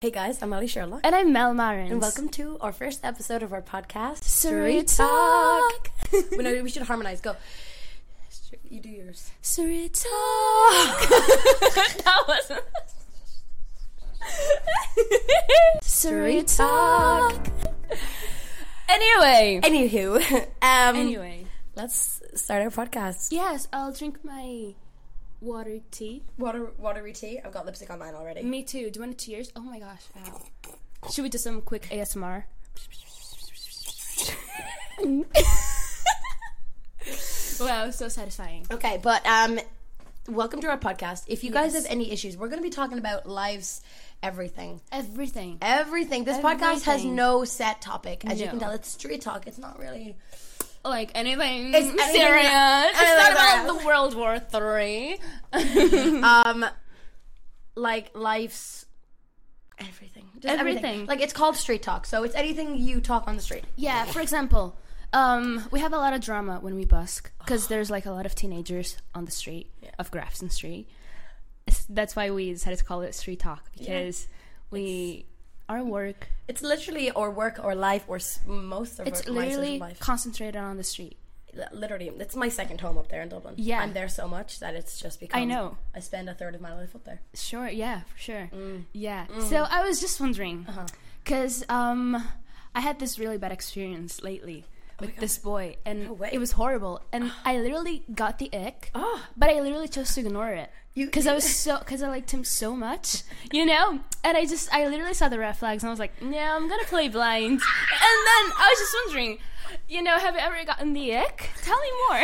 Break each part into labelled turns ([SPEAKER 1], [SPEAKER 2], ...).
[SPEAKER 1] Hey guys, I'm Ali Sherlock,
[SPEAKER 2] And I'm Mel Marins.
[SPEAKER 1] and welcome to our first episode of our podcast,
[SPEAKER 2] Surrey
[SPEAKER 1] Talk. we, know, we should harmonize. Go. You do yours.
[SPEAKER 2] Surrey Talk. that wasn't. Surrey Talk. Anyway.
[SPEAKER 1] Anywho, um,
[SPEAKER 2] Anyway.
[SPEAKER 1] let's start our podcast.
[SPEAKER 2] Yes, I'll drink my water tea.
[SPEAKER 1] Water, watery tea. I've got lipstick on mine already.
[SPEAKER 2] Me too. Do you want to cheers? Oh my gosh. Ow. Should we do some quick ASMR? wow, so satisfying.
[SPEAKER 1] Okay, but um, welcome to our podcast. If you guys have any issues, we're going to be talking about lives, everything,
[SPEAKER 2] Everything.
[SPEAKER 1] everything. This podcast has
[SPEAKER 2] Everything.
[SPEAKER 1] no set topic, as you can
[SPEAKER 2] No.
[SPEAKER 1] tell. It's street talk. It's not really.
[SPEAKER 2] like anything
[SPEAKER 1] It's anything-
[SPEAKER 2] serious. it's
[SPEAKER 1] anything
[SPEAKER 2] not
[SPEAKER 1] like
[SPEAKER 2] about the World War Three.
[SPEAKER 1] um like life's everything Just everything.
[SPEAKER 2] Everything.
[SPEAKER 1] like it's called street talk so it's anything you talk on the street
[SPEAKER 2] yeah, for example, um, we have a lot of drama when we busk because there's like a lot of teenagers on the street of Grafton Street. It's- that's why we decided to call it Street Talk because we our work
[SPEAKER 1] it's literally or work or life or s- most of
[SPEAKER 2] it's
[SPEAKER 1] our- my social
[SPEAKER 2] literally
[SPEAKER 1] life
[SPEAKER 2] concentrated on the street.
[SPEAKER 1] Li- literally it's my second home up there in dublin
[SPEAKER 2] Yeah.
[SPEAKER 1] i'm there so much that it's just because
[SPEAKER 2] I know.
[SPEAKER 1] i spend a third of my life up there
[SPEAKER 2] Sure. Yeah. For sure. Yeah. So I was just wondering, because um, I had this really bad experience lately with this boy, and
[SPEAKER 1] way.
[SPEAKER 2] it was horrible. And I literally got the ick,
[SPEAKER 1] Oh.
[SPEAKER 2] but I literally chose to ignore it
[SPEAKER 1] You-
[SPEAKER 2] because I was so because I liked him so much, you know. And I just I literally saw the red flags, and I was like, no, I'm gonna play blind. and then I was just wondering, you know, have you ever gotten the ick? Tell me more.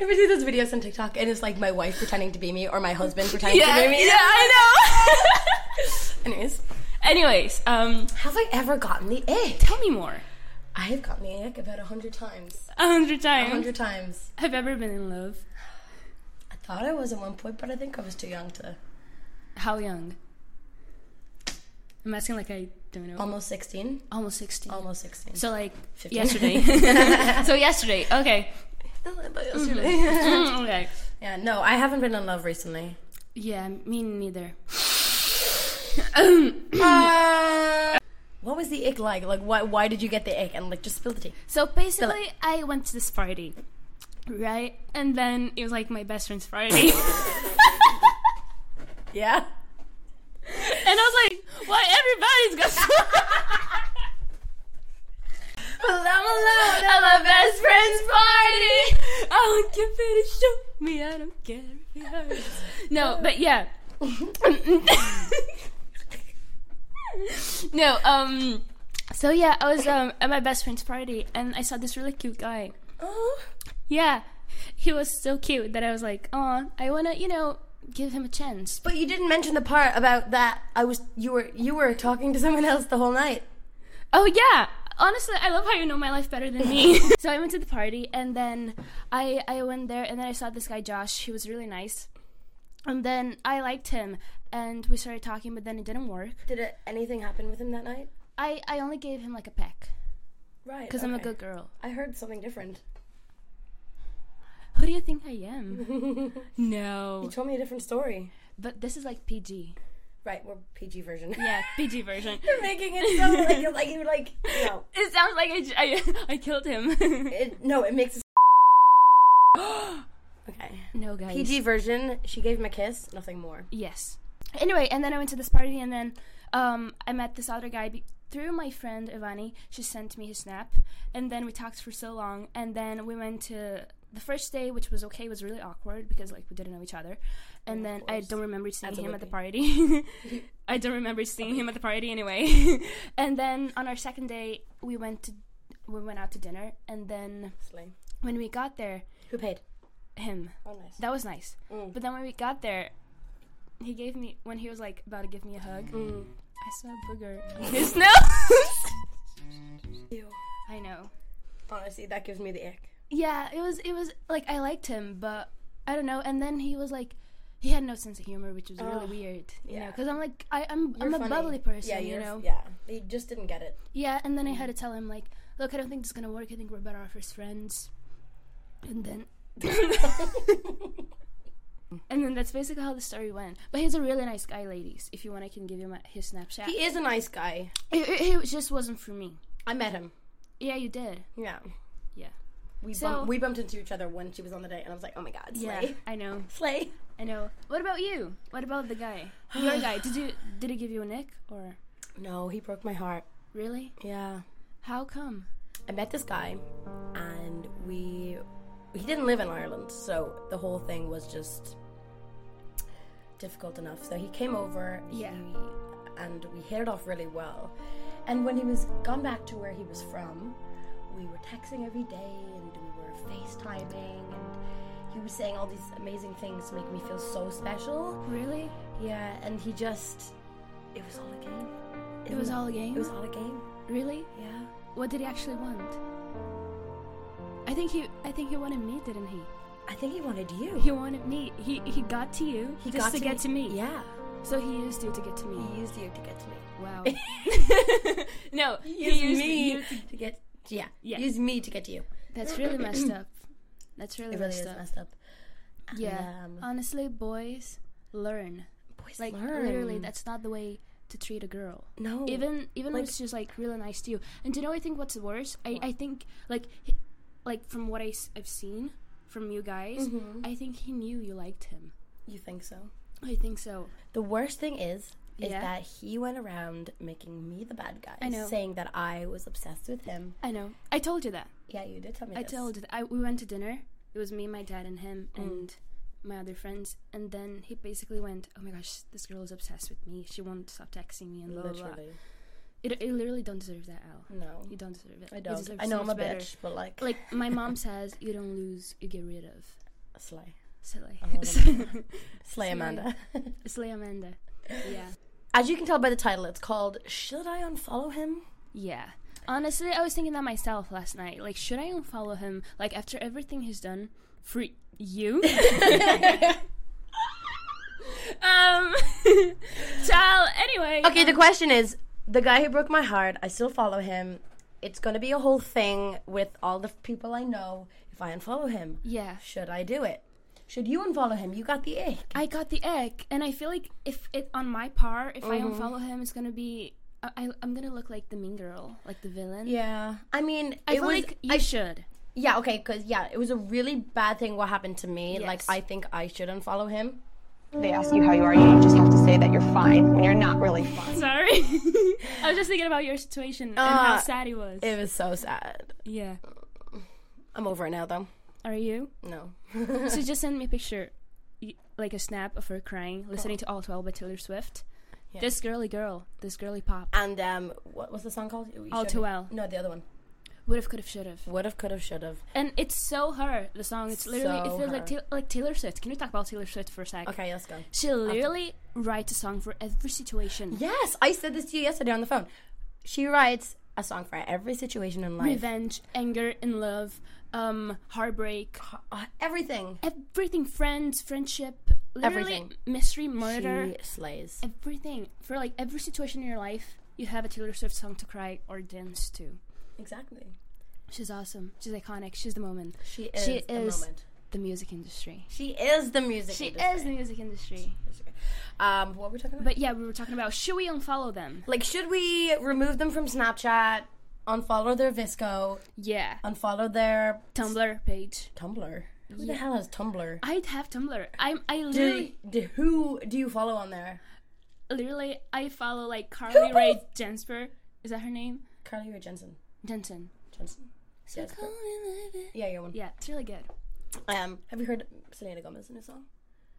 [SPEAKER 1] you ever see those videos on tiktok and it's like my wife pretending to be me or my husband pretending to
[SPEAKER 2] yeah.
[SPEAKER 1] be me
[SPEAKER 2] Yeah. I know.
[SPEAKER 1] anyways
[SPEAKER 2] Anyways, um,
[SPEAKER 1] have i ever gotten the ick
[SPEAKER 2] tell me more.
[SPEAKER 1] i have gotten the ick about a hundred times
[SPEAKER 2] A hundred
[SPEAKER 1] a
[SPEAKER 2] times.
[SPEAKER 1] hundred times
[SPEAKER 2] Have you ever been in love?
[SPEAKER 1] I thought I was at one point, but I think I was too young to.
[SPEAKER 2] How young? I'm asking like I don't know.
[SPEAKER 1] Almost 16.
[SPEAKER 2] Almost 16.
[SPEAKER 1] Almost 16.
[SPEAKER 2] So like
[SPEAKER 1] 15.
[SPEAKER 2] yesterday. so yesterday. Okay.
[SPEAKER 1] Uh-huh.
[SPEAKER 2] Mm, okay.
[SPEAKER 1] Mm-hmm. yeah, no, I haven't been in love recently.
[SPEAKER 2] Yeah, me neither.
[SPEAKER 1] Ah! what was the ick like? Like, why, why did you get the ick? And, like, just spill the tea.
[SPEAKER 2] So basically, I went to this party, right? And then it was like my best friend's party,
[SPEAKER 1] Yeah?
[SPEAKER 2] and I was like, "Why everybody's got
[SPEAKER 1] Well, I'm alone.
[SPEAKER 2] at my best friend's party. I don't care if it is shoot me. I don't care if it hurts. No, but yeah. no, um. So yeah, I was um at my best friend's party and I saw this really cute guy.
[SPEAKER 1] Oh,
[SPEAKER 2] Yeah, he was so cute that I was like, oh, I wanna, you know, give him a chance.
[SPEAKER 1] but you didn't mention the part about that I was you were you were talking to someone else the whole night.
[SPEAKER 2] Oh yeah. Honestly, I love how you know my life better than me. so I went to the party and then I I went there and then I saw this guy Josh. He was really nice. And then I liked him and we started talking but then it didn't work.
[SPEAKER 1] Did it, anything happen with him that night?
[SPEAKER 2] I I only gave him like a peck
[SPEAKER 1] Right.
[SPEAKER 2] cuz I'm a
[SPEAKER 1] okay.
[SPEAKER 2] good girl.
[SPEAKER 1] I heard something different.
[SPEAKER 2] Who do you think I am?
[SPEAKER 1] You
[SPEAKER 2] no.
[SPEAKER 1] told me a different story.
[SPEAKER 2] But this is like PG.
[SPEAKER 1] Right, we're PG version.
[SPEAKER 2] Yeah, PG version.
[SPEAKER 1] You're making it sound like you're like you're like no.
[SPEAKER 2] It sounds like I j- I, I killed him.
[SPEAKER 1] It, no, it makes it. okay.
[SPEAKER 2] no guys.
[SPEAKER 1] PG version. She gave him a kiss. Nothing more.
[SPEAKER 2] Yes. Anyway, and then I went to this party, and then um, I met this other guy be- through my friend Ivani. She sent me his snap, and then we talked for so long, and then we went to the first day, which was okay, was really awkward because like we didn't know each other, and then I don't remember seeing him at the party. I don't remember seeing him at the party anyway, and then on our second day we went to we went out to dinner, and then
[SPEAKER 1] Slay.
[SPEAKER 2] when we got there,
[SPEAKER 1] Who paid? mm.
[SPEAKER 2] him
[SPEAKER 1] Oh, nice.
[SPEAKER 2] that was nice. But then when we got there, he gave me when he was like about to give me a hug. I smell booger. on His nose.
[SPEAKER 1] Ew.
[SPEAKER 2] I know.
[SPEAKER 1] Honestly, that gives me the ick.
[SPEAKER 2] Yeah, it was it was like I liked him, but I don't know. And then he was like, he had no sense of humor, which was really weird. You
[SPEAKER 1] yeah.
[SPEAKER 2] know, because I'm like I, I'm I'm
[SPEAKER 1] You're
[SPEAKER 2] a
[SPEAKER 1] funny.
[SPEAKER 2] bubbly person.
[SPEAKER 1] Yeah,
[SPEAKER 2] you
[SPEAKER 1] you're-
[SPEAKER 2] know.
[SPEAKER 1] Yeah, they just didn't get it.
[SPEAKER 2] Yeah, and then I had to tell him like, look, I don't think this is gonna work. I think we're better off as friends. And then And then that's basically how the story went. But he's a really nice guy, ladies. If you want, I can give you my, his Snapchat.
[SPEAKER 1] He is a nice guy.
[SPEAKER 2] It, it- it just wasn't for me.
[SPEAKER 1] I met him.
[SPEAKER 2] Yeah, you did.
[SPEAKER 1] Yeah.
[SPEAKER 2] Yeah.
[SPEAKER 1] We,
[SPEAKER 2] So-
[SPEAKER 1] bump, we bumped into each other when she was on the date, and I was like, oh my god, Slay.
[SPEAKER 2] I know.
[SPEAKER 1] Slay.
[SPEAKER 2] I know. What about you? What about the guy? Your guy? Did you did he give you a nick or
[SPEAKER 1] No, he broke my heart.
[SPEAKER 2] really?
[SPEAKER 1] Yeah.
[SPEAKER 2] How come?
[SPEAKER 1] I met this guy, and we. He didn't live in Ireland, so the whole thing was just difficult enough. So he came over,
[SPEAKER 2] Yeah.
[SPEAKER 1] he- and we hit it off really well. And when he was gone back to where he was from, we were texting every day, and we were FaceTiming, and he was saying all these amazing things to make me feel so special.
[SPEAKER 2] Really?
[SPEAKER 1] Yeah, and he just, it was all a game.
[SPEAKER 2] It was all a game?
[SPEAKER 1] It was all a game.
[SPEAKER 2] Really?
[SPEAKER 1] Yeah.
[SPEAKER 2] What did he actually want? I think he I think he wanted me, didn't he?
[SPEAKER 1] I think he wanted you.
[SPEAKER 2] He wanted me. He he got to you
[SPEAKER 1] He
[SPEAKER 2] just
[SPEAKER 1] got
[SPEAKER 2] to, get to me.
[SPEAKER 1] Yeah.
[SPEAKER 2] So he used you to get to me.
[SPEAKER 1] He used you to get to me.
[SPEAKER 2] Wow. no, you to-
[SPEAKER 1] to get. Yeah.
[SPEAKER 2] Yeah.
[SPEAKER 1] Used me to get to you.
[SPEAKER 2] That's really messed up. That's really,
[SPEAKER 1] It really
[SPEAKER 2] messed
[SPEAKER 1] is
[SPEAKER 2] up.
[SPEAKER 1] messed up. And,
[SPEAKER 2] Yeah.
[SPEAKER 1] um,
[SPEAKER 2] Honestly, boys learn.
[SPEAKER 1] boys
[SPEAKER 2] Like
[SPEAKER 1] learn.
[SPEAKER 2] literally, that's not the way to treat a girl.
[SPEAKER 1] no.
[SPEAKER 2] Even even
[SPEAKER 1] Like-
[SPEAKER 2] when she's like really nice to you. And do you know I think what's worse? I, I think like he- like from what I have seen from you guys,
[SPEAKER 1] Mhm.
[SPEAKER 2] I think he knew you liked him.
[SPEAKER 1] you think so?
[SPEAKER 2] I think so.
[SPEAKER 1] The worst thing is. Is
[SPEAKER 2] Yeah.
[SPEAKER 1] that he went around making me the bad guy,
[SPEAKER 2] I know.
[SPEAKER 1] saying that I was obsessed with him.
[SPEAKER 2] I know. I told you that.
[SPEAKER 1] Yeah, you did tell me.
[SPEAKER 2] I
[SPEAKER 1] this.
[SPEAKER 2] told you that. I, we went to dinner. It was me, my dad, and him,
[SPEAKER 1] Mm.
[SPEAKER 2] and my other friends. And then he basically went, "Oh my gosh, this girl is obsessed with me. She won't stop texting me and blah blah." blah."
[SPEAKER 1] literally.
[SPEAKER 2] It, it literally don't deserve that, Al.
[SPEAKER 1] No,
[SPEAKER 2] You don't deserve it.
[SPEAKER 1] I
[SPEAKER 2] You
[SPEAKER 1] don't.
[SPEAKER 2] deserve
[SPEAKER 1] I
[SPEAKER 2] so
[SPEAKER 1] know I'm a
[SPEAKER 2] much better.
[SPEAKER 1] bitch, but like,
[SPEAKER 2] Like my mom says, you don't lose, you get rid of.
[SPEAKER 1] slay,
[SPEAKER 2] Silly.
[SPEAKER 1] I love slay,
[SPEAKER 2] Slay.
[SPEAKER 1] Amanda.
[SPEAKER 2] Silly Amanda. Yeah.
[SPEAKER 1] As you can tell by the title, it's called "Should I Unfollow Him?"
[SPEAKER 2] Yeah. Honestly, I was thinking that myself last night. Like, should I unfollow him? Like, after everything he's done for you? um, child, anyway. um,
[SPEAKER 1] Okay, the question is the guy who broke my heart, I still follow him. It's going to be a whole thing with all the people I know if I unfollow him.
[SPEAKER 2] Yeah.
[SPEAKER 1] Should I do it? Should you unfollow him? You got the ick.
[SPEAKER 2] I got the egg, and I feel like if it on my part, if I
[SPEAKER 1] Mm-hmm.
[SPEAKER 2] unfollow him, it's gonna be. I, I, I'm gonna look like the mean girl, like the villain.
[SPEAKER 1] Yeah. I mean,
[SPEAKER 2] I
[SPEAKER 1] it
[SPEAKER 2] feel
[SPEAKER 1] was
[SPEAKER 2] like you
[SPEAKER 1] I,
[SPEAKER 2] should.
[SPEAKER 1] yeah, okay, cuz yeah, it was a really bad thing what happened to me. Like
[SPEAKER 2] Yes.
[SPEAKER 1] I think I should unfollow him.
[SPEAKER 3] They ask you how you are, you just have to say that you're fine when you're not really fine.
[SPEAKER 2] Sorry. I was just thinking about your situation and how
[SPEAKER 1] Uh,
[SPEAKER 2] sad he was.
[SPEAKER 1] It was so sad.
[SPEAKER 2] yeah.
[SPEAKER 1] I'm over it now though.
[SPEAKER 2] Are you?
[SPEAKER 1] No.
[SPEAKER 2] so just send me a picture, y- like a snap of her crying, listening to All 12 by Taylor Swift. This girly girl, this girly pop.
[SPEAKER 1] and um what was the song called? You
[SPEAKER 2] All
[SPEAKER 1] Should-
[SPEAKER 2] Too Well.
[SPEAKER 1] No, the other one.
[SPEAKER 2] Would have, could have, should have.
[SPEAKER 1] Would have could have should have.
[SPEAKER 2] And it's so her, the song. It's literally,
[SPEAKER 1] So
[SPEAKER 2] it feels like,
[SPEAKER 1] her.
[SPEAKER 2] Taylor, like Taylor Swift. Can we talk about Taylor Swift for a sec?
[SPEAKER 1] Okay, let's go.
[SPEAKER 2] She literally writes a song for every situation.
[SPEAKER 1] Yes, I said this to you yesterday on the phone. She writes a song for every situation in life,
[SPEAKER 2] Revenge, anger, and love, um, heartbreak,
[SPEAKER 1] Uh, everything.
[SPEAKER 2] everything, friends, friendship, literally
[SPEAKER 1] Everything.
[SPEAKER 2] mystery, murder.
[SPEAKER 1] She slays.
[SPEAKER 2] everything for like every situation in your life you have a taylor swift song to cry or dance to
[SPEAKER 1] Exactly.
[SPEAKER 2] she's awesome she's iconic she's the moment
[SPEAKER 1] She is
[SPEAKER 2] She
[SPEAKER 1] the
[SPEAKER 2] is-
[SPEAKER 1] moment.
[SPEAKER 2] the music industry
[SPEAKER 1] She is the music.
[SPEAKER 2] she
[SPEAKER 1] industry.
[SPEAKER 2] is the music industry
[SPEAKER 1] Um, what were we talking about?
[SPEAKER 2] but yeah we were talking about should we unfollow them
[SPEAKER 1] like, should we remove them from Snapchat? Unfollow their Visco.
[SPEAKER 2] yeah
[SPEAKER 1] Unfollow their
[SPEAKER 2] tumblr page
[SPEAKER 1] Tumblr. Who the hell has Tumblr?
[SPEAKER 2] i'd have tumblr i'm i
[SPEAKER 1] Do,
[SPEAKER 2] literally
[SPEAKER 1] do, who do you follow on there?
[SPEAKER 2] literally i follow like carly Rae Jepsen. is that her name
[SPEAKER 1] Carly or Jensen?
[SPEAKER 2] jensen
[SPEAKER 1] Jensen.
[SPEAKER 2] so
[SPEAKER 1] Jepsen.
[SPEAKER 2] call me baby.
[SPEAKER 1] Yeah, your one.
[SPEAKER 2] yeah it's really good
[SPEAKER 1] Um, have you heard Selena Gomez's new song?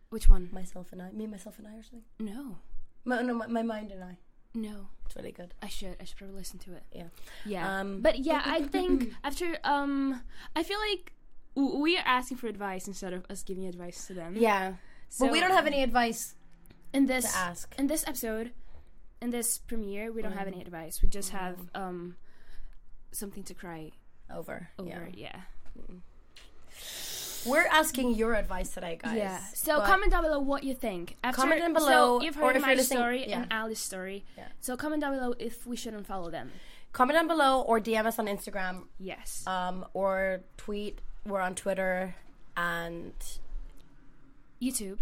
[SPEAKER 2] which one
[SPEAKER 1] Myself and I. Me, myself and I, or something.
[SPEAKER 2] no
[SPEAKER 1] My, no, my, my mind and I.
[SPEAKER 2] no
[SPEAKER 1] It's really good.
[SPEAKER 2] I should. I should probably listen to it.
[SPEAKER 1] Yeah.
[SPEAKER 2] Yeah.
[SPEAKER 1] Um,
[SPEAKER 2] but yeah, I think after um, I feel like w- we are asking for advice instead of us giving advice to them.
[SPEAKER 1] Yeah. but we
[SPEAKER 2] So-
[SPEAKER 1] don't have any advice
[SPEAKER 2] In this
[SPEAKER 1] to ask.
[SPEAKER 2] in this episode, in this premiere, we don't have
[SPEAKER 1] Mm.
[SPEAKER 2] any advice. We just have um, something to cry
[SPEAKER 1] Over.
[SPEAKER 2] over.
[SPEAKER 1] Yeah.
[SPEAKER 2] Yeah.
[SPEAKER 1] We're asking your advice today, guys.
[SPEAKER 2] Yeah. So
[SPEAKER 1] but-
[SPEAKER 2] comment down below what you think. After,
[SPEAKER 1] Comment down
[SPEAKER 2] so
[SPEAKER 1] below,
[SPEAKER 2] you've
[SPEAKER 1] or
[SPEAKER 2] heard
[SPEAKER 1] if
[SPEAKER 2] my
[SPEAKER 1] you're listening-
[SPEAKER 2] story
[SPEAKER 1] yeah.
[SPEAKER 2] and Ali's story.
[SPEAKER 1] Yeah.
[SPEAKER 2] So comment down below if we shouldn't follow them.
[SPEAKER 1] Comment down below or DM us on Instagram
[SPEAKER 2] Yes.
[SPEAKER 1] Uh, um, or tweet. We're on Twitter and
[SPEAKER 2] YouTube.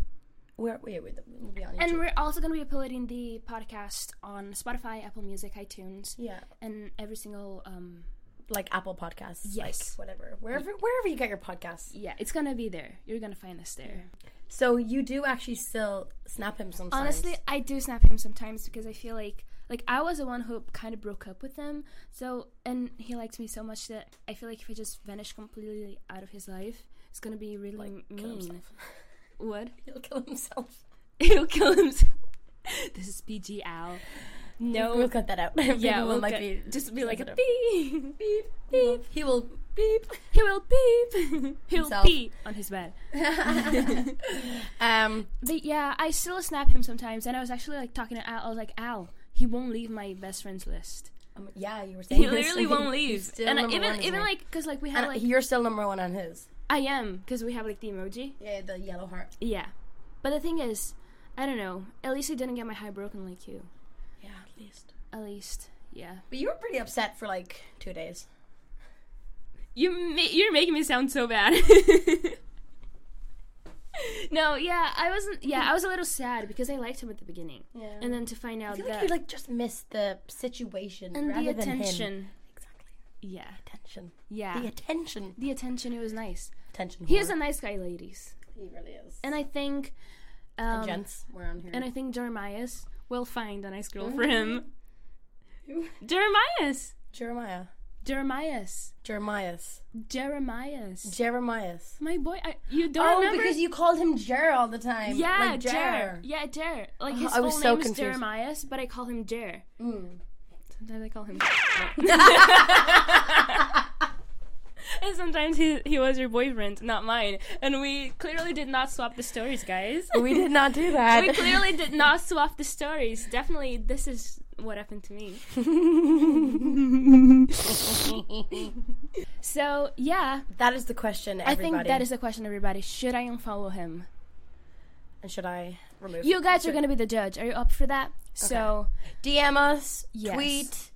[SPEAKER 1] We're, we we we'll be on YouTube.
[SPEAKER 2] And we're also going to be uploading the podcast on Spotify, Apple Music, iTunes,
[SPEAKER 1] yeah,
[SPEAKER 2] and every single. Um,
[SPEAKER 1] like Apple Podcasts.
[SPEAKER 2] Yes.
[SPEAKER 1] Like whatever. Wherever wherever you get your podcasts.
[SPEAKER 2] yeah, it's going to be there. You're going to find us there.
[SPEAKER 1] So you do actually still snap him sometimes.
[SPEAKER 2] Honestly, I do snap him sometimes because I feel like like I was the one who kind of broke up with him. So and he liked me so much that I feel like if I just vanish completely out of his life, it's gonna be really
[SPEAKER 1] kill
[SPEAKER 2] mean.
[SPEAKER 1] himself.
[SPEAKER 2] What?
[SPEAKER 1] He'll kill himself.
[SPEAKER 2] He'll kill himself. this is PG Al. No.
[SPEAKER 1] We'll cut that out.
[SPEAKER 2] yeah,
[SPEAKER 1] People
[SPEAKER 2] we'll
[SPEAKER 1] might
[SPEAKER 2] cut-
[SPEAKER 1] be
[SPEAKER 2] just be like a
[SPEAKER 1] sensitive.
[SPEAKER 2] beep, beep, beep.
[SPEAKER 1] He will beep.
[SPEAKER 2] He will beep. He'll
[SPEAKER 1] Himself.
[SPEAKER 2] pee on his bed.
[SPEAKER 1] Um,
[SPEAKER 2] But yeah, I still snap him sometimes. And I was actually like talking to Al. I was like, Al, he won't leave my best friends list.
[SPEAKER 1] um, yeah, you were saying
[SPEAKER 2] He
[SPEAKER 1] this.
[SPEAKER 2] literally won't
[SPEAKER 1] He's
[SPEAKER 2] leave.
[SPEAKER 1] still
[SPEAKER 2] And I-
[SPEAKER 1] number
[SPEAKER 2] even
[SPEAKER 1] one, isn't
[SPEAKER 2] even
[SPEAKER 1] he?
[SPEAKER 2] like because like we have
[SPEAKER 1] and
[SPEAKER 2] like
[SPEAKER 1] you're still number one on his.
[SPEAKER 2] I am because we have like the emoji.
[SPEAKER 1] Yeah, the yellow heart.
[SPEAKER 2] Yeah, but the thing is, I don't know. At least I didn't get my high broken like you.
[SPEAKER 1] Yeah, at least.
[SPEAKER 2] At least, yeah.
[SPEAKER 1] But you were pretty upset for like two days.
[SPEAKER 2] You ma- you're making me sound so bad. no, yeah, I wasn't. Yeah, I was a little sad because I liked him at the beginning,
[SPEAKER 1] Yeah.
[SPEAKER 2] and then to find out
[SPEAKER 1] I feel
[SPEAKER 2] that
[SPEAKER 1] like you like just missed the situation
[SPEAKER 2] and
[SPEAKER 1] rather
[SPEAKER 2] the
[SPEAKER 1] than him.
[SPEAKER 2] attention.
[SPEAKER 1] Exactly.
[SPEAKER 2] Yeah,
[SPEAKER 1] Attention.
[SPEAKER 2] yeah.
[SPEAKER 1] The attention.
[SPEAKER 2] the attention. It was nice.
[SPEAKER 1] Attention.
[SPEAKER 2] He is
[SPEAKER 1] whore.
[SPEAKER 2] a nice guy, ladies,
[SPEAKER 1] He really is.
[SPEAKER 2] and I think. Um,
[SPEAKER 1] gents, we're on here.
[SPEAKER 2] And I think Jeremiah's will find a nice girl for him.
[SPEAKER 1] Mm-hmm.
[SPEAKER 2] Jeremiah's!
[SPEAKER 1] Jeremiah.
[SPEAKER 2] Jeremiah's.
[SPEAKER 1] Jeremiah's.
[SPEAKER 2] Jeremiah's.
[SPEAKER 1] Jeremiah's.
[SPEAKER 2] My boy, I, you don't
[SPEAKER 1] oh,
[SPEAKER 2] remember?
[SPEAKER 1] because you called him Jer all the time.
[SPEAKER 2] yeah,
[SPEAKER 1] like
[SPEAKER 2] Jer.
[SPEAKER 1] Jer.
[SPEAKER 2] Yeah, Jer. Like
[SPEAKER 1] Oh,
[SPEAKER 2] his
[SPEAKER 1] I
[SPEAKER 2] full
[SPEAKER 1] was
[SPEAKER 2] name
[SPEAKER 1] so
[SPEAKER 2] is
[SPEAKER 1] confused.
[SPEAKER 2] Jeremiah's, but I call him Jer.
[SPEAKER 1] Mm.
[SPEAKER 2] Sometimes I call him. and sometimes he he was your boyfriend, not mine. And we clearly did not swap the stories, guys.
[SPEAKER 1] We did not do that.
[SPEAKER 2] we clearly did not swap the stories. Definitely, this is what happened to me. So yeah,
[SPEAKER 1] that is the question. Everybody.
[SPEAKER 2] I think that is the question, everybody. Should I unfollow him?
[SPEAKER 1] And should I remove?
[SPEAKER 2] You guys are gonna be the judge. Are you up for that? So
[SPEAKER 1] DM us,
[SPEAKER 2] Yes.
[SPEAKER 1] tweet,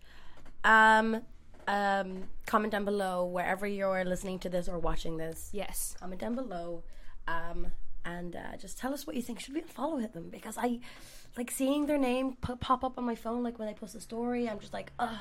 [SPEAKER 1] um, um, comment down below wherever you're listening to this or watching this.
[SPEAKER 2] yes,
[SPEAKER 1] Comment down below, um, and uh, just tell us what you think. Should we follow them? Because I like seeing their name p- pop up on my phone. Like when I post a story, I'm just like, ugh.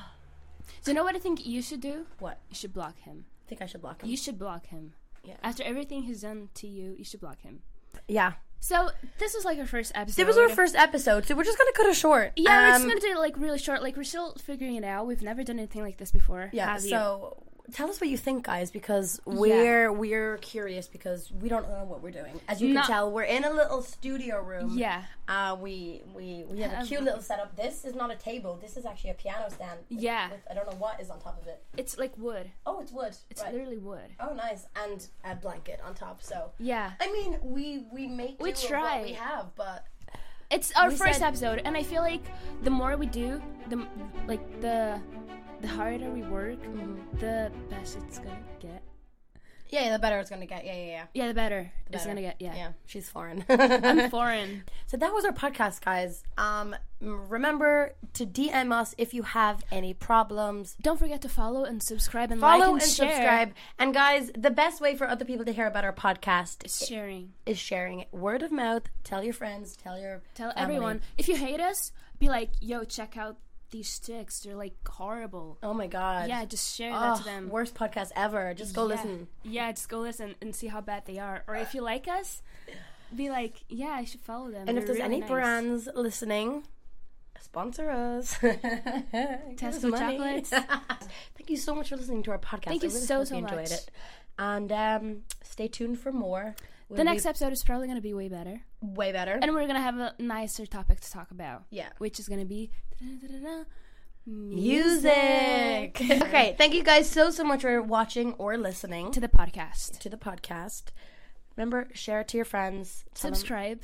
[SPEAKER 2] do you know what I think you should do?
[SPEAKER 1] What?
[SPEAKER 2] You should block him.
[SPEAKER 1] I think I should block him.
[SPEAKER 2] You should block him.
[SPEAKER 1] Yeah.
[SPEAKER 2] After everything he's done to you, you should block him.
[SPEAKER 1] yeah.
[SPEAKER 2] So this was like our first episode.
[SPEAKER 1] It was our first episode, so we're just gonna cut it short.
[SPEAKER 2] Yeah, we're just
[SPEAKER 1] Um,
[SPEAKER 2] gonna do it like really short. Like we're still figuring it out. We've never done anything like this before.
[SPEAKER 1] yeah.
[SPEAKER 2] have you?
[SPEAKER 1] So tell us what you think, guys, because we're we're curious because we don't know what we're doing. As you
[SPEAKER 2] No.
[SPEAKER 1] can tell, we're in a little studio room.
[SPEAKER 2] yeah,
[SPEAKER 1] Uh, we we we have a cute little setup. This is not a table. This is actually a piano stand. with-
[SPEAKER 2] Yeah.
[SPEAKER 1] With, I don't know what is on top of it.
[SPEAKER 2] it's like wood.
[SPEAKER 1] Oh, it's wood.
[SPEAKER 2] It's
[SPEAKER 1] right.
[SPEAKER 2] literally wood.
[SPEAKER 1] oh, nice. And a blanket on top. So.
[SPEAKER 2] Yeah,
[SPEAKER 1] I mean, we we make
[SPEAKER 2] We
[SPEAKER 1] do with
[SPEAKER 2] try.
[SPEAKER 1] what we have, but
[SPEAKER 2] it's our
[SPEAKER 1] We
[SPEAKER 2] first
[SPEAKER 1] said-
[SPEAKER 2] episode and i feel like the more we do the m- like the the harder we work
[SPEAKER 1] Mm-hmm.
[SPEAKER 2] the best it's gonna get
[SPEAKER 1] yeah, the better it's gonna get. Yeah, yeah, yeah.
[SPEAKER 2] yeah the better, it's
[SPEAKER 1] better.
[SPEAKER 2] gonna get yeah,
[SPEAKER 1] Yeah, she's foreign.
[SPEAKER 2] i'm foreign
[SPEAKER 1] So that was our podcast, guys. Um, m- remember to DM us if you have any problems.
[SPEAKER 2] don't forget to follow and subscribe and
[SPEAKER 1] Follow
[SPEAKER 2] like and,
[SPEAKER 1] and
[SPEAKER 2] share.
[SPEAKER 1] subscribe. And guys, the best way for other people to hear about our podcast is,
[SPEAKER 2] sharing
[SPEAKER 1] is sharing it. Word of mouth. Tell your friends. Tell your
[SPEAKER 2] tell
[SPEAKER 1] family.
[SPEAKER 2] everyone if you hate us be like yo check out these sticks they're like horrible
[SPEAKER 1] Oh my god.
[SPEAKER 2] yeah just share that
[SPEAKER 1] Ugh,
[SPEAKER 2] to them
[SPEAKER 1] worst podcast ever. Just go
[SPEAKER 2] yeah.
[SPEAKER 1] listen.
[SPEAKER 2] yeah just go listen and see how bad they are or if you like us be like yeah i should follow them
[SPEAKER 1] And if
[SPEAKER 2] They're
[SPEAKER 1] there's any
[SPEAKER 2] really nice.
[SPEAKER 1] brands listening, sponsor us. Tesco
[SPEAKER 2] Tesco chocolates.
[SPEAKER 1] Thank you so much for listening to our podcast.
[SPEAKER 2] Thank
[SPEAKER 1] I
[SPEAKER 2] you
[SPEAKER 1] really
[SPEAKER 2] so,
[SPEAKER 1] hope
[SPEAKER 2] so
[SPEAKER 1] enjoyed
[SPEAKER 2] much.
[SPEAKER 1] it. And um, stay tuned for more. We'll
[SPEAKER 2] The next
[SPEAKER 1] be
[SPEAKER 2] episode is probably going to be way better.
[SPEAKER 1] way better.
[SPEAKER 2] And we're going to have a nicer topic to talk about.
[SPEAKER 1] Yeah.
[SPEAKER 2] Which is going to be da-da-da-da-da,
[SPEAKER 1] music. okay, thank you guys so so much for watching or listening
[SPEAKER 2] to
[SPEAKER 1] to,
[SPEAKER 2] the podcast.
[SPEAKER 1] to the podcast. Remember, share it to your friends. Tell them-
[SPEAKER 2] Subscribe.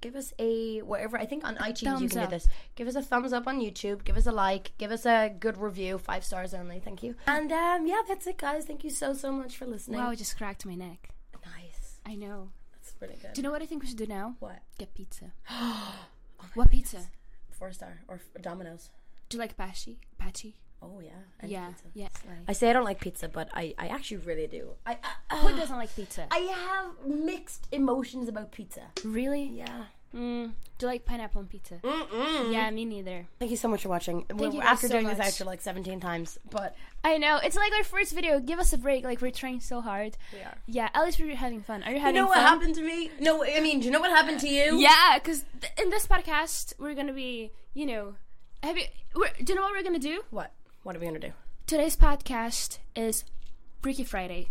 [SPEAKER 1] give us a wherever. I think on iTunes you
[SPEAKER 2] Thumbs
[SPEAKER 1] can
[SPEAKER 2] up.
[SPEAKER 1] do this. Give us a thumbs up on YouTube. Give us a like. Give us a good review. Five stars only. Thank you. And um, yeah, that's it, guys. Thank you so so much for listening.
[SPEAKER 2] Wow, I just cracked my neck.
[SPEAKER 1] Nice.
[SPEAKER 2] I know.
[SPEAKER 1] That's pretty good.
[SPEAKER 2] Do you know what I think we should do now?
[SPEAKER 1] what?
[SPEAKER 2] Get pizza. what pizza?
[SPEAKER 1] Oh Four star or f- Domino's?
[SPEAKER 2] Do you like Pachi? Pachi?
[SPEAKER 1] Oh yeah. I
[SPEAKER 2] Yeah,
[SPEAKER 1] Pizza.
[SPEAKER 2] yeah.
[SPEAKER 1] I say I don't like pizza, but I, I actually really do. I I,
[SPEAKER 2] Who doesn't like pizza?
[SPEAKER 1] I have mixed emotions about pizza.
[SPEAKER 2] really?
[SPEAKER 1] Yeah.
[SPEAKER 2] Mm, do you like pineapple on pizza?
[SPEAKER 1] Mm-mm.
[SPEAKER 2] Yeah, me neither.
[SPEAKER 1] Thank you so much for watching. We're-
[SPEAKER 2] you
[SPEAKER 1] we're
[SPEAKER 2] guys
[SPEAKER 1] after
[SPEAKER 2] so
[SPEAKER 1] doing
[SPEAKER 2] much.
[SPEAKER 1] this extra like 17 times, but
[SPEAKER 2] I know. It's like our first video. Give us a break. Like we're trying so hard.
[SPEAKER 1] we are.
[SPEAKER 2] Yeah, at least we're having fun. Are you
[SPEAKER 1] You
[SPEAKER 2] having
[SPEAKER 1] know what
[SPEAKER 2] fun?
[SPEAKER 1] happened to me? No, I mean, do you know what happened to you?
[SPEAKER 2] Yeah, because th- in this podcast we're gonna be, you know, have you? We're, do you know what we're gonna do?
[SPEAKER 1] What? What are we gonna do?
[SPEAKER 2] Today's podcast is Freaky Friday.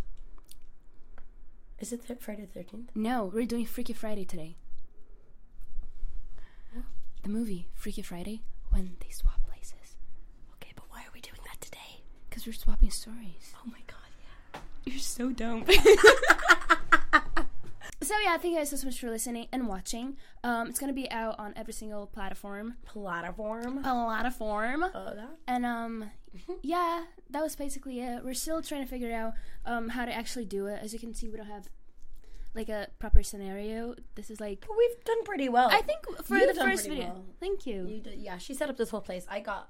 [SPEAKER 1] Is it th- Friday the 13th?
[SPEAKER 2] No, we're doing Freaky Friday today. The movie Freaky Friday when they swap places
[SPEAKER 1] Okay, but why are we doing that today?
[SPEAKER 2] because we're swapping stories.
[SPEAKER 1] Oh my god, yeah.
[SPEAKER 2] You're so dumb. so yeah, thank you guys so much for listening and watching. Um, it's gonna be out on every single platform,
[SPEAKER 1] Platform.
[SPEAKER 2] a lot of form.
[SPEAKER 1] Oh, that?
[SPEAKER 2] And um,
[SPEAKER 1] Mm-hmm.
[SPEAKER 2] yeah, that was basically it. We're still trying to figure out um how to actually do it. As you can see, we don't have like a proper scenario. This is like
[SPEAKER 1] But we've done pretty well.
[SPEAKER 2] I think for
[SPEAKER 1] You've
[SPEAKER 2] the
[SPEAKER 1] done
[SPEAKER 2] first
[SPEAKER 1] pretty
[SPEAKER 2] video.
[SPEAKER 1] well.
[SPEAKER 2] Thank you.
[SPEAKER 1] You did, yeah, she set up this whole place. I got.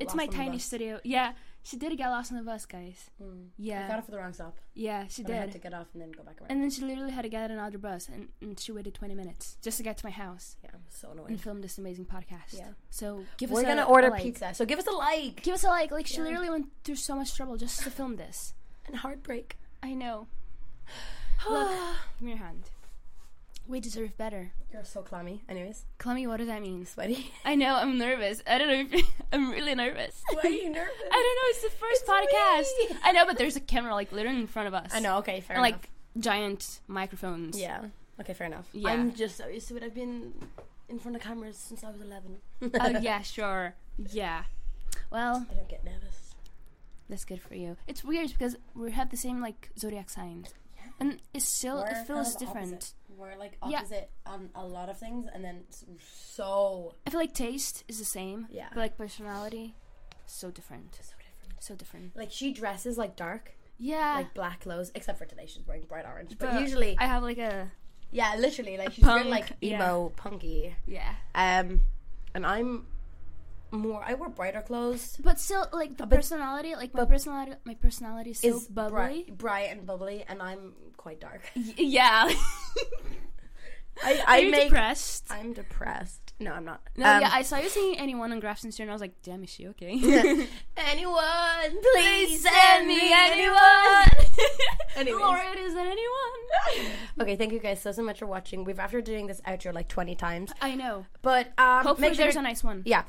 [SPEAKER 2] it's
[SPEAKER 1] lost
[SPEAKER 2] my
[SPEAKER 1] on the
[SPEAKER 2] tiny
[SPEAKER 1] bus.
[SPEAKER 2] studio. Yeah, she did get lost on the bus, guys.
[SPEAKER 1] I got
[SPEAKER 2] Yeah,
[SPEAKER 1] it for the wrong stop.
[SPEAKER 2] yeah, she
[SPEAKER 1] And I had
[SPEAKER 2] did.
[SPEAKER 1] to get off and then go back around.
[SPEAKER 2] And then she literally had to get another bus, and, and she waited 20 minutes just to get to my house
[SPEAKER 1] yeah, I'm so annoying.
[SPEAKER 2] and film this amazing podcast.
[SPEAKER 1] Yeah.
[SPEAKER 2] So give
[SPEAKER 1] We're
[SPEAKER 2] us
[SPEAKER 1] gonna
[SPEAKER 2] a,
[SPEAKER 1] order
[SPEAKER 2] a like.
[SPEAKER 1] pizza, so give us a like
[SPEAKER 2] Give us a like. Like she
[SPEAKER 1] Yeah.
[SPEAKER 2] literally went through so much trouble just to film this.
[SPEAKER 1] and heartbreak.
[SPEAKER 2] I know. Give me your hand. We deserve better.
[SPEAKER 1] You're so clammy. Anyways,
[SPEAKER 2] Clemmy, what does that mean?
[SPEAKER 1] sweaty.
[SPEAKER 2] I know, I'm nervous. I don't know if I'm really nervous.
[SPEAKER 1] Why are you nervous?
[SPEAKER 2] I don't know, it's the first
[SPEAKER 1] It's
[SPEAKER 2] podcast.
[SPEAKER 1] me.
[SPEAKER 2] I know, but there's a camera like literally in front of us.
[SPEAKER 1] I know. Okay, fair
[SPEAKER 2] And like
[SPEAKER 1] enough.
[SPEAKER 2] giant microphones.
[SPEAKER 1] Yeah. Okay, fair enough.
[SPEAKER 2] Yeah.
[SPEAKER 1] I'm just so used to it. I've been in front of cameras since I was 11.
[SPEAKER 2] Oh yeah, sure. Yeah. Well,
[SPEAKER 1] I don't get nervous.
[SPEAKER 2] that's good for you. It's weird because we have the same like zodiac sign. And it's still
[SPEAKER 1] We're
[SPEAKER 2] it
[SPEAKER 1] kind
[SPEAKER 2] feels
[SPEAKER 1] of
[SPEAKER 2] different.
[SPEAKER 1] opposite. We're like
[SPEAKER 2] Yeah.
[SPEAKER 1] opposite on a lot of things, and then s- so
[SPEAKER 2] I feel like taste is the same.
[SPEAKER 1] Yeah.
[SPEAKER 2] But like personality, so different.
[SPEAKER 1] so different.
[SPEAKER 2] So different.
[SPEAKER 1] Like she dresses like dark,
[SPEAKER 2] Yeah.
[SPEAKER 1] like black clothes, except for today she's wearing bright orange. But,
[SPEAKER 2] But
[SPEAKER 1] usually,
[SPEAKER 2] I have like a
[SPEAKER 1] yeah, literally, like she's
[SPEAKER 2] punk,
[SPEAKER 1] very like
[SPEAKER 2] yeah.
[SPEAKER 1] emo, punky.
[SPEAKER 2] yeah.
[SPEAKER 1] Um, and I'm more. I wear brighter clothes.
[SPEAKER 2] But still, like the
[SPEAKER 1] Uh, But-
[SPEAKER 2] personality, like my
[SPEAKER 1] but-
[SPEAKER 2] personality, my personality is so
[SPEAKER 1] Is
[SPEAKER 2] bubbly.
[SPEAKER 1] bright, bright and bubbly, and I'm quite dark.
[SPEAKER 2] Y- yeah.
[SPEAKER 1] I,
[SPEAKER 2] Are
[SPEAKER 1] I
[SPEAKER 2] you
[SPEAKER 1] make.
[SPEAKER 2] depressed?
[SPEAKER 1] I'm depressed. No, I'm not.
[SPEAKER 2] no,
[SPEAKER 1] Um,
[SPEAKER 2] yeah. I saw you seeing anyone on Grafton Street, and I was like, damn, is she okay?
[SPEAKER 1] anyone, Anyways.
[SPEAKER 2] Laura, it isn't anyone.
[SPEAKER 1] Okay, thank you guys so so much for watching. We've after doing this outro like 20 times,
[SPEAKER 2] I know.
[SPEAKER 1] but um,
[SPEAKER 2] Hopefully,
[SPEAKER 1] make sure
[SPEAKER 2] there's
[SPEAKER 1] to-
[SPEAKER 2] a nice one.
[SPEAKER 1] yeah.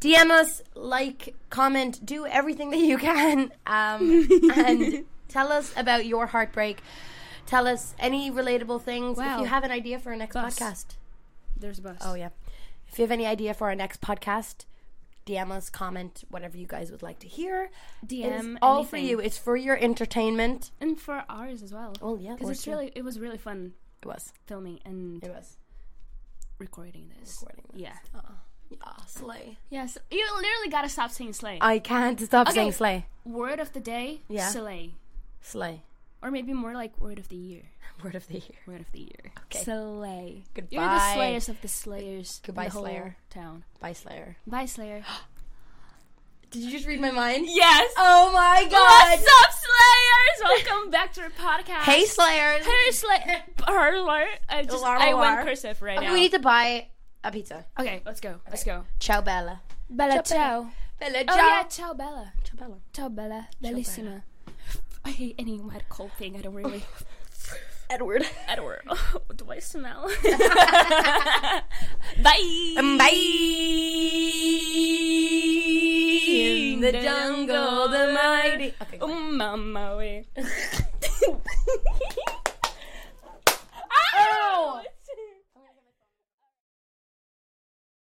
[SPEAKER 1] DM us, like, comment, do everything that you can, um, and tell us about your heartbreak. Tell us any relatable things.
[SPEAKER 2] Wow.
[SPEAKER 1] If you have an idea for our next
[SPEAKER 2] Bus.
[SPEAKER 1] podcast,
[SPEAKER 2] There's a bus.
[SPEAKER 1] oh yeah, if you have any idea for our next podcast, DM us, comment whatever you guys would like to hear.
[SPEAKER 2] DM.
[SPEAKER 1] It's all for
[SPEAKER 2] anything.
[SPEAKER 1] you. It's for your entertainment.
[SPEAKER 2] and for ours as well.
[SPEAKER 1] Well, yeah,
[SPEAKER 2] Because
[SPEAKER 1] or
[SPEAKER 2] it's
[SPEAKER 1] two.
[SPEAKER 2] really, it was really fun
[SPEAKER 1] It was.
[SPEAKER 2] filming and
[SPEAKER 1] It was.
[SPEAKER 2] recording this.
[SPEAKER 1] Recording Oh. this.
[SPEAKER 2] Yeah.
[SPEAKER 1] Yeah, slay.
[SPEAKER 2] Yes. You literally gotta stop saying slay.
[SPEAKER 1] I can't stop
[SPEAKER 2] Okay.
[SPEAKER 1] saying slay.
[SPEAKER 2] Word of the day.
[SPEAKER 1] Yeah.
[SPEAKER 2] Slay.
[SPEAKER 1] Slay.
[SPEAKER 2] Or maybe more like word of the year.
[SPEAKER 1] Word of the year.
[SPEAKER 2] Word of the year.
[SPEAKER 1] Okay.
[SPEAKER 2] Slay.
[SPEAKER 1] Goodbye.
[SPEAKER 2] You're the slayers of the slayers. in
[SPEAKER 1] Goodbye,
[SPEAKER 2] the whole
[SPEAKER 1] Slayer.
[SPEAKER 2] Town.
[SPEAKER 1] Bye, Slayer.
[SPEAKER 2] Bye, Slayer.
[SPEAKER 1] Did you just read my mind?
[SPEAKER 2] yes.
[SPEAKER 1] Oh my god.
[SPEAKER 2] What's up, Slayers? Welcome back to our podcast.
[SPEAKER 1] Hey, Slayers.
[SPEAKER 2] Hey, Slayer. I just
[SPEAKER 1] Lar-
[SPEAKER 2] I
[SPEAKER 1] lar.
[SPEAKER 2] went cursive right
[SPEAKER 1] Okay,
[SPEAKER 2] now.
[SPEAKER 1] we need to buy a pizza.
[SPEAKER 2] okay, let's go. Let's go.
[SPEAKER 1] Ciao, Bella.
[SPEAKER 2] Bella,
[SPEAKER 1] ciao. Bella,
[SPEAKER 2] Oh yeah, ciao, Bella.
[SPEAKER 1] Ciao, Bella.
[SPEAKER 2] Ciao, Bella. Bellissima. Oh. I hate any wet cold thing. I don't really.
[SPEAKER 1] Edward.
[SPEAKER 2] Edward, oh, do I smell? Bye.
[SPEAKER 1] Bye. In the Oh, jungle, the mighty. Okay,
[SPEAKER 2] Um, on my way.
[SPEAKER 1] goodbye.
[SPEAKER 2] Oh.